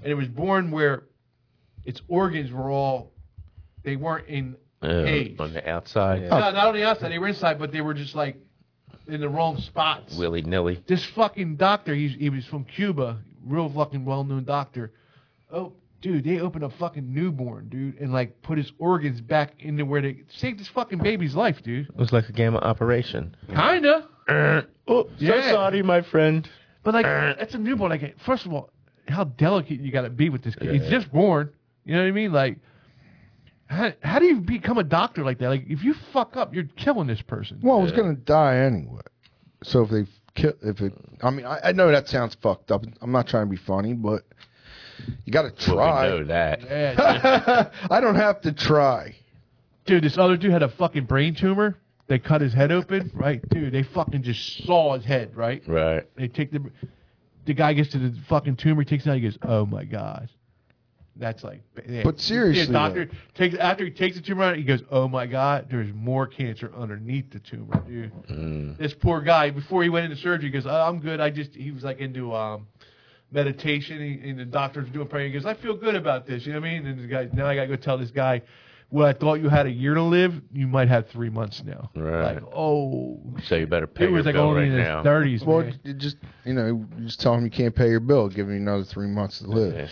[SPEAKER 1] And it was born where its organs were all, they weren't in
[SPEAKER 7] Uh,
[SPEAKER 1] cage.
[SPEAKER 7] on the outside.
[SPEAKER 1] No, not on the outside, they were inside, but they were just like in the wrong spots.
[SPEAKER 7] Willy nilly.
[SPEAKER 1] this fucking doctor, he's, he was from Cuba, real fucking well known doctor. Oh, dude, they opened a fucking newborn, dude, and like put his organs back into where they saved this fucking baby's life, dude.
[SPEAKER 7] It was like a game of operation.
[SPEAKER 1] Kinda.
[SPEAKER 7] Oh,
[SPEAKER 1] Yeah.
[SPEAKER 7] so sorry, my friend.
[SPEAKER 1] But like, that's a newborn. Like, first of all, how delicate you got to be with this kid. He's just born. You know what I mean? Like, how, how do you become a doctor like that? Like, if you fuck up, you're killing this person.
[SPEAKER 9] Well, it was gonna die anyway. So if they kill, if it, I mean, I, I know that sounds fucked up. I'm not trying to be funny, but you got to
[SPEAKER 7] Well,
[SPEAKER 9] try.
[SPEAKER 7] we know that.
[SPEAKER 1] Yeah,
[SPEAKER 9] I don't have to try.
[SPEAKER 1] dude, this other dude had a fucking brain tumor, They cut his head open, right? Dude, they fucking just saw his head, right?
[SPEAKER 7] Right.
[SPEAKER 1] They take the the guy gets to the fucking tumor, he takes it out, he goes, "Oh my god." That's like, yeah.
[SPEAKER 9] But seriously,
[SPEAKER 1] Yeah, doctor takes after he takes the tumor out, he goes, "Oh my god, there's more cancer underneath the tumor, dude."
[SPEAKER 7] Mm.
[SPEAKER 1] This poor guy before he went into surgery, he goes, oh, "I'm good. I just he was like into um meditation, he, and the doctor's doing prayer. He goes, "I feel good about this." You know what I mean? And the guy now I gotta go tell this guy. Well, I thought you had a year to live. You might have three months now.
[SPEAKER 7] Right.
[SPEAKER 1] Like, oh,
[SPEAKER 7] So you better pay
[SPEAKER 1] it
[SPEAKER 7] your
[SPEAKER 1] was like
[SPEAKER 7] bill
[SPEAKER 1] only
[SPEAKER 7] right
[SPEAKER 1] in his
[SPEAKER 7] now.
[SPEAKER 1] thirties.
[SPEAKER 9] Well, you just you know, you just tell him you can't pay your bill, give him another three months to live.
[SPEAKER 7] Yes.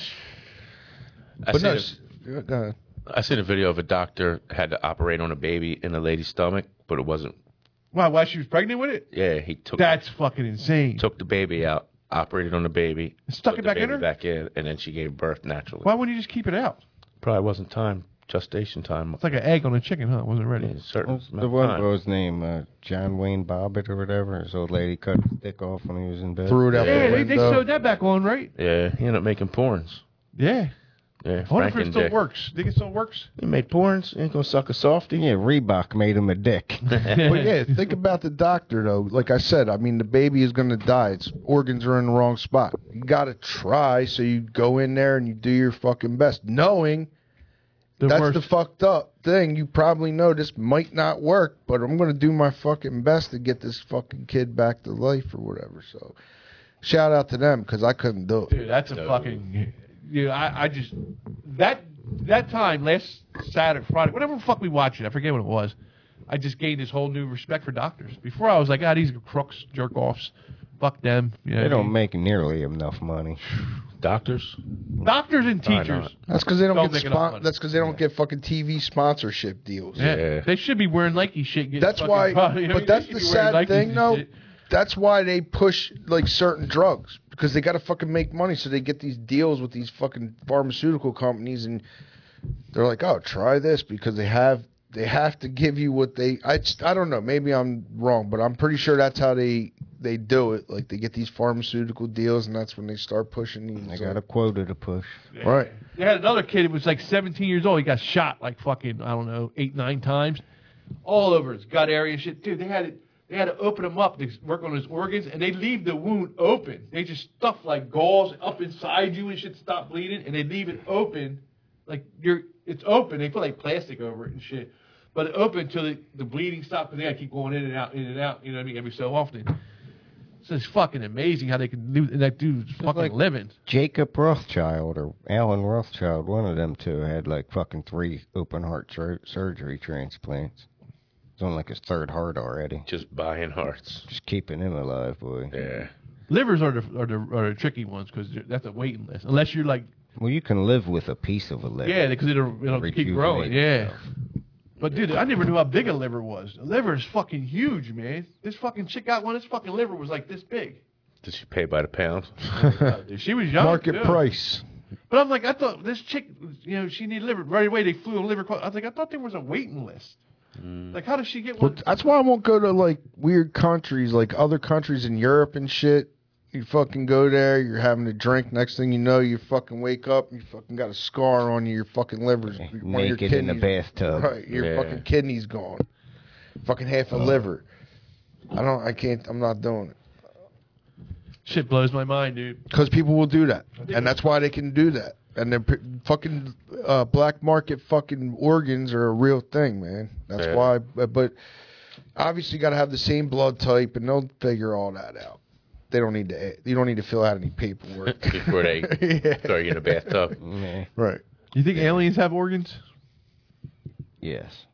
[SPEAKER 7] I
[SPEAKER 9] But
[SPEAKER 7] seen
[SPEAKER 9] no,
[SPEAKER 7] a-
[SPEAKER 9] s- yeah, go ahead.
[SPEAKER 7] I seen a video of a doctor had to operate on a baby in a lady's stomach, but it wasn't.
[SPEAKER 1] Why? Why she was pregnant with it?
[SPEAKER 7] Yeah, he took
[SPEAKER 1] That's fucking insane.
[SPEAKER 7] took the baby out, operated on the baby,
[SPEAKER 1] Stuck
[SPEAKER 7] put
[SPEAKER 1] it
[SPEAKER 7] the
[SPEAKER 1] back in
[SPEAKER 7] baby
[SPEAKER 1] her?
[SPEAKER 7] back in, and then she gave birth naturally.
[SPEAKER 1] Why wouldn't you just keep it out?
[SPEAKER 7] Probably wasn't time, gestation time.
[SPEAKER 1] It's like an egg on a chicken, huh? It wasn't ready.
[SPEAKER 7] a certain
[SPEAKER 8] Well,
[SPEAKER 7] amount
[SPEAKER 8] the
[SPEAKER 7] of
[SPEAKER 8] one
[SPEAKER 7] time.
[SPEAKER 8] what was his name uh, John Wayne Bobbitt or whatever. His old lady cut his dick off when he was in bed.
[SPEAKER 9] Threw it out
[SPEAKER 1] Yeah,
[SPEAKER 9] the
[SPEAKER 1] they, they
[SPEAKER 9] window.
[SPEAKER 1] sewed that back on, right?
[SPEAKER 7] Yeah, he ended up making porns.
[SPEAKER 1] Yeah.
[SPEAKER 7] Yeah,
[SPEAKER 1] I wonder if
[SPEAKER 7] Frank
[SPEAKER 1] it
[SPEAKER 7] and
[SPEAKER 1] still
[SPEAKER 7] Dick.
[SPEAKER 1] works. Think it still works?
[SPEAKER 7] He made porns. He ain't gonna suck a softie. [LAUGHS]
[SPEAKER 8] Yeah, Reebok made him a dick.
[SPEAKER 9] but yeah, think about the doctor though. Like I said, I mean the baby is gonna die. Its organs are in the wrong spot. You gotta try, so you go in there and you do your fucking best, knowing
[SPEAKER 1] The
[SPEAKER 9] that's
[SPEAKER 1] worst.
[SPEAKER 9] the fucked up thing. You probably know this might not work, but I'm gonna do my fucking best to get this fucking kid back to life or whatever. So, shout out to them because I couldn't do it.
[SPEAKER 1] Dude, that's a fucking. Dude, I, I just that that time last Saturday, Friday, whatever the fuck we watched it, I forget what it was. I just gained this whole new respect for doctors. Before I was like, ah, these are crooks, jerk offs, fuck them. You know
[SPEAKER 8] they
[SPEAKER 1] what I
[SPEAKER 8] don't
[SPEAKER 1] mean?
[SPEAKER 8] make nearly enough money.
[SPEAKER 7] Doctors.
[SPEAKER 1] doctors and
[SPEAKER 7] Why
[SPEAKER 1] teachers.
[SPEAKER 9] That's because they don't,
[SPEAKER 1] Don't
[SPEAKER 9] get
[SPEAKER 1] make it up,
[SPEAKER 9] spon-
[SPEAKER 1] buddy.
[SPEAKER 9] that's because they don't get fucking TV sponsorship deals.
[SPEAKER 1] Yeah.
[SPEAKER 7] Yeah.
[SPEAKER 1] they should be wearing Nike shit. and getting
[SPEAKER 9] That's
[SPEAKER 1] fucking
[SPEAKER 9] why-
[SPEAKER 1] product, [LAUGHS] you know
[SPEAKER 9] but
[SPEAKER 1] what I mean?
[SPEAKER 9] that's
[SPEAKER 1] They
[SPEAKER 9] the
[SPEAKER 1] should be wearing
[SPEAKER 9] sad
[SPEAKER 1] Nikes
[SPEAKER 9] thing,
[SPEAKER 1] and
[SPEAKER 9] though.
[SPEAKER 1] shit.
[SPEAKER 9] That's why they push like certain drugs because they got to fucking make money. So they get these deals with these fucking pharmaceutical companies, and they're like, "Oh, try this," because they have they have to give you what they. I just- I don't know. Maybe I'm wrong, but I'm pretty sure that's how they they do it. Like they get these pharmaceutical deals, and that's when they start pushing these.
[SPEAKER 8] They got a quota to push.
[SPEAKER 9] like- right.
[SPEAKER 1] They had another kid who was like 17 years old. He got shot like fucking I don't know eight nine times, all over his gut area and shit. Dude, they had it. They had to open him up to work on his organs, and they leave the wound open. They just stuff like gauze up inside you and shit stop bleeding, and they leave it open, like you're it's open. They put like plastic over it and shit, but it open until the, the bleeding stops, and they gotta keep going in and out, in and out. You know what I mean? Every so often. So it's fucking amazing how they can do and that dude's fucking
[SPEAKER 8] like-
[SPEAKER 1] living.
[SPEAKER 8] Jacob Rothschild or Alan Rothschild, one of them two, had like fucking three open heart sur- surgery transplants. He's on like his third heart already.
[SPEAKER 7] Just buying hearts.
[SPEAKER 8] Just keeping him alive, boy.
[SPEAKER 7] Yeah.
[SPEAKER 1] Livers are the are the, are the tricky ones because that's a waiting list. Unless you're like,
[SPEAKER 8] Well, you can live with a piece of a liver.
[SPEAKER 1] yeah, because it'll, it'll keep
[SPEAKER 8] Rejuvenate
[SPEAKER 1] growing. Yeah. But dude, I never knew how big a liver was. A liver is fucking huge, man. This fucking chick got one. This fucking liver was like this
[SPEAKER 9] [LAUGHS]
[SPEAKER 1] big.
[SPEAKER 7] Did she pay by the pound? [LAUGHS]
[SPEAKER 1] Dude, She was young.
[SPEAKER 9] Market
[SPEAKER 1] too.
[SPEAKER 9] price.
[SPEAKER 1] But I'm like, I thought this chick, you know, she needed liver right away. They flew a liver. co- I was like, I thought there was a waiting list. Like, how does she get
[SPEAKER 9] Mm. Well,
[SPEAKER 1] one?
[SPEAKER 9] that's why I won't go to like weird countries, like other countries in Europe and shit. You fucking go there, you're having a drink. Next thing you know, you fucking wake up, you fucking got a scar on your fucking liver. One of your
[SPEAKER 8] Naked in the
[SPEAKER 9] kidneys-
[SPEAKER 8] bathtub.
[SPEAKER 9] Right, your
[SPEAKER 7] Yeah.
[SPEAKER 9] fucking kidney's gone. Fucking half a liver. I don't. I can't. I'm not doing it
[SPEAKER 1] Shit blows my mind, dude.
[SPEAKER 9] because people will do that, and that's why they can do that. And then fucking uh, black market fucking organs are a real thing, man. That's
[SPEAKER 7] Yeah.
[SPEAKER 9] why. But, but obviously, you got to have the same blood type, and they'll figure all that out. They don't need to. You don't need to fill out any paperwork
[SPEAKER 7] [LAUGHS] Before they
[SPEAKER 9] [LAUGHS] yeah.
[SPEAKER 7] throw you in a bathtub.
[SPEAKER 8] Yeah.
[SPEAKER 9] Right.
[SPEAKER 1] You think aliens have organs?
[SPEAKER 8] Yes.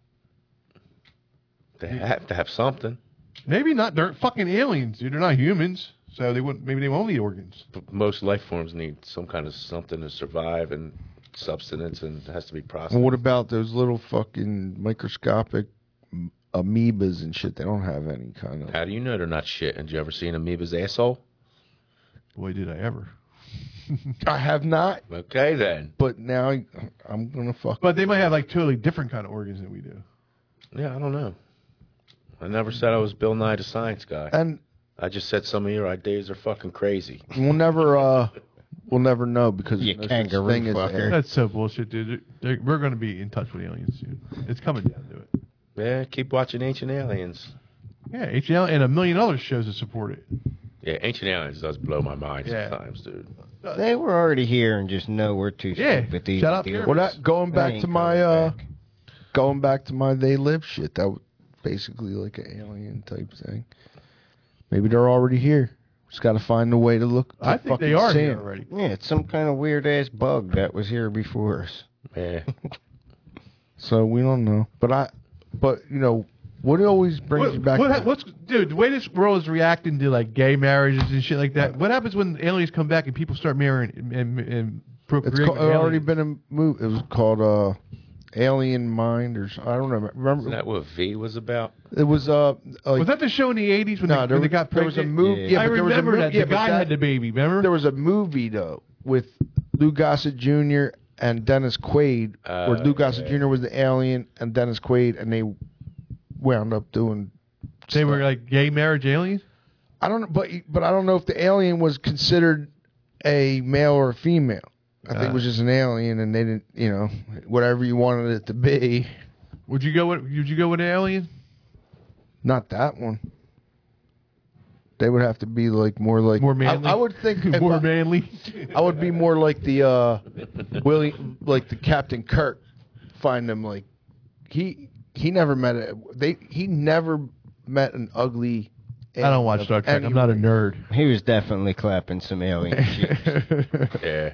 [SPEAKER 7] They have to have something.
[SPEAKER 1] Maybe not. They're fucking aliens, dude. They're not humans, so they wouldn't. Maybe they won't need organs.
[SPEAKER 7] But most life forms need some kind of something to survive and substance and it has to be processed.
[SPEAKER 9] Well, what about those little fucking microscopic amoebas and shit? They don't have any kind of.
[SPEAKER 7] How do you know they're not shit? And you ever seen amoeba's asshole?
[SPEAKER 1] Boy, did I ever.
[SPEAKER 9] I have not.
[SPEAKER 7] Okay then.
[SPEAKER 9] But now I- I'm gonna fuck.
[SPEAKER 1] But they might have like totally different kind of organs than we do.
[SPEAKER 7] Yeah, I don't know. I never said I was Bill Nye the science guy.
[SPEAKER 9] And
[SPEAKER 7] I just said some of your ideas are fucking crazy.
[SPEAKER 9] we'll never uh we'll never know because
[SPEAKER 8] You
[SPEAKER 9] there's no such
[SPEAKER 8] kangaroo
[SPEAKER 9] thing as
[SPEAKER 8] fucker.
[SPEAKER 9] air.
[SPEAKER 1] That's so bullshit, dude. They're- they're- we're going to be in touch with aliens soon. It's coming down to it.
[SPEAKER 7] Yeah, keep watching Ancient Aliens.
[SPEAKER 1] Yeah, HL and a million other shows that support it.
[SPEAKER 7] Yeah, Ancient Aliens does blow my mind
[SPEAKER 1] Yeah.
[SPEAKER 7] sometimes, dude.
[SPEAKER 8] They were already here and just know we're too
[SPEAKER 1] Yeah,
[SPEAKER 8] stupid. to even
[SPEAKER 1] shut up
[SPEAKER 8] deal
[SPEAKER 1] here.
[SPEAKER 8] with
[SPEAKER 9] Well,
[SPEAKER 8] this.
[SPEAKER 9] that going
[SPEAKER 8] They
[SPEAKER 9] back
[SPEAKER 8] ain't
[SPEAKER 9] to my
[SPEAKER 8] coming
[SPEAKER 9] uh,
[SPEAKER 8] back.
[SPEAKER 9] going back to my they live shit. That was basically like an alien type thing. Maybe they're already here. Just got to find a way to look. To
[SPEAKER 1] I think they
[SPEAKER 9] fucking
[SPEAKER 1] are
[SPEAKER 9] see
[SPEAKER 1] here
[SPEAKER 9] 'em.
[SPEAKER 1] already.
[SPEAKER 8] Yeah, it's some kind of weird ass bug that was here before us.
[SPEAKER 7] Yeah.
[SPEAKER 9] So we don't know, but I, but you know, what always brings you
[SPEAKER 1] What,
[SPEAKER 9] back.
[SPEAKER 1] what
[SPEAKER 9] to-
[SPEAKER 1] ha- what's dude? The way this world is reacting to like gay marriages and shit like that. What happens when aliens come back and people start marrying and and, and
[SPEAKER 9] it's
[SPEAKER 1] procreating?
[SPEAKER 9] called,
[SPEAKER 1] with
[SPEAKER 9] it already
[SPEAKER 1] aliens?
[SPEAKER 9] been a movie. It was called uh, Alien Mind or so- I don't remember.
[SPEAKER 7] [LAUGHS] Isn't
[SPEAKER 9] remember
[SPEAKER 7] that what V was about?
[SPEAKER 9] it was uh, like,
[SPEAKER 1] was that the show in the eighties when,
[SPEAKER 9] No,
[SPEAKER 1] they,
[SPEAKER 9] there
[SPEAKER 1] when they
[SPEAKER 9] was-
[SPEAKER 1] got
[SPEAKER 9] there
[SPEAKER 1] pregnant?
[SPEAKER 9] was a move- yeah,
[SPEAKER 1] I
[SPEAKER 9] but there was a
[SPEAKER 1] remember
[SPEAKER 9] move-
[SPEAKER 1] that
[SPEAKER 9] yeah,
[SPEAKER 1] the
[SPEAKER 9] but
[SPEAKER 1] guy
[SPEAKER 9] that-
[SPEAKER 1] had the baby. Remember?
[SPEAKER 9] there was a movie though with Lou Gossett Jr. and Dennis Quaid, where
[SPEAKER 7] Uh,
[SPEAKER 9] Lou Gossett
[SPEAKER 7] yeah.
[SPEAKER 9] Jr. was the alien and Dennis Quaid, and they wound up doing.
[SPEAKER 1] they were like gay marriage aliens.
[SPEAKER 9] I don't know, but but I don't know if the alien was considered a male or a female. I think it
[SPEAKER 1] Uh.
[SPEAKER 9] was just an alien, and they didn't, you know, whatever you wanted it to be.
[SPEAKER 1] Would you go with? Would you go with an alien?
[SPEAKER 9] Not that one. They would have to be like more like
[SPEAKER 1] More
[SPEAKER 9] I-
[SPEAKER 1] manly.
[SPEAKER 9] I, would
[SPEAKER 1] [LAUGHS]
[SPEAKER 9] think if
[SPEAKER 1] More
[SPEAKER 9] I-
[SPEAKER 1] manly.
[SPEAKER 9] I would be more like the uh William, like the Captain Kirk. Find him like he he never met a they he never met an ugly.
[SPEAKER 1] I don't watch Star Trek. I'm not a nerd.
[SPEAKER 8] He was definitely clapping some alien
[SPEAKER 9] [LAUGHS]
[SPEAKER 8] shit.
[SPEAKER 7] Yeah.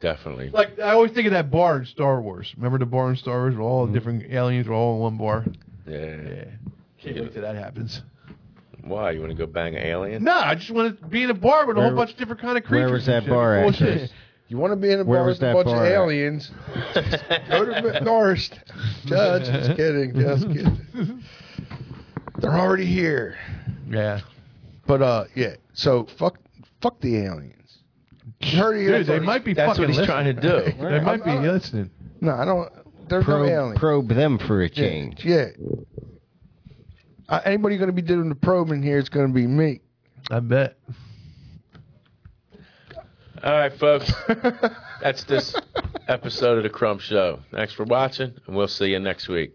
[SPEAKER 7] Definitely.
[SPEAKER 1] Like I always think of that bar in Star Wars. Remember the bar in Star Wars? Where all the different aliens were all in one bar.
[SPEAKER 7] Yeah.
[SPEAKER 1] Yeah. Can't wait till that happens.
[SPEAKER 7] Why? You want to go bang an [LAUGHS] alien?
[SPEAKER 1] No, I just want to be in a bar with a whole
[SPEAKER 8] Where-
[SPEAKER 1] bunch of different kind of creatures.
[SPEAKER 8] where was
[SPEAKER 1] and
[SPEAKER 8] that
[SPEAKER 1] shit.
[SPEAKER 8] bar at,
[SPEAKER 1] Bullshit.
[SPEAKER 8] Chris?
[SPEAKER 9] You want to be in a
[SPEAKER 8] Where
[SPEAKER 9] bar
[SPEAKER 8] was
[SPEAKER 9] with
[SPEAKER 8] that
[SPEAKER 9] a bunch
[SPEAKER 8] bar
[SPEAKER 9] of
[SPEAKER 8] at?
[SPEAKER 9] aliens? Go to McNorris. Judge, just kidding, just kidding. They're already here.
[SPEAKER 1] Yeah.
[SPEAKER 9] But uh, yeah. So fuck, fuck the aliens. You heard it here
[SPEAKER 1] Dude, they
[SPEAKER 9] first.
[SPEAKER 1] might be
[SPEAKER 7] That's
[SPEAKER 1] fucking
[SPEAKER 7] what he's
[SPEAKER 1] listening.
[SPEAKER 7] trying to do.
[SPEAKER 1] They might be listening.
[SPEAKER 9] No, I don't. There's no
[SPEAKER 8] probe,
[SPEAKER 9] aliens.
[SPEAKER 8] probe them for a change.
[SPEAKER 9] Yeah. Uh, anybody going to be doing the probing here? It's going to be me. [LAUGHS]
[SPEAKER 1] I bet.
[SPEAKER 7] [LAUGHS] All right, folks. That's this episode of The Crumb Show. Thanks for watching, and we'll see you next week.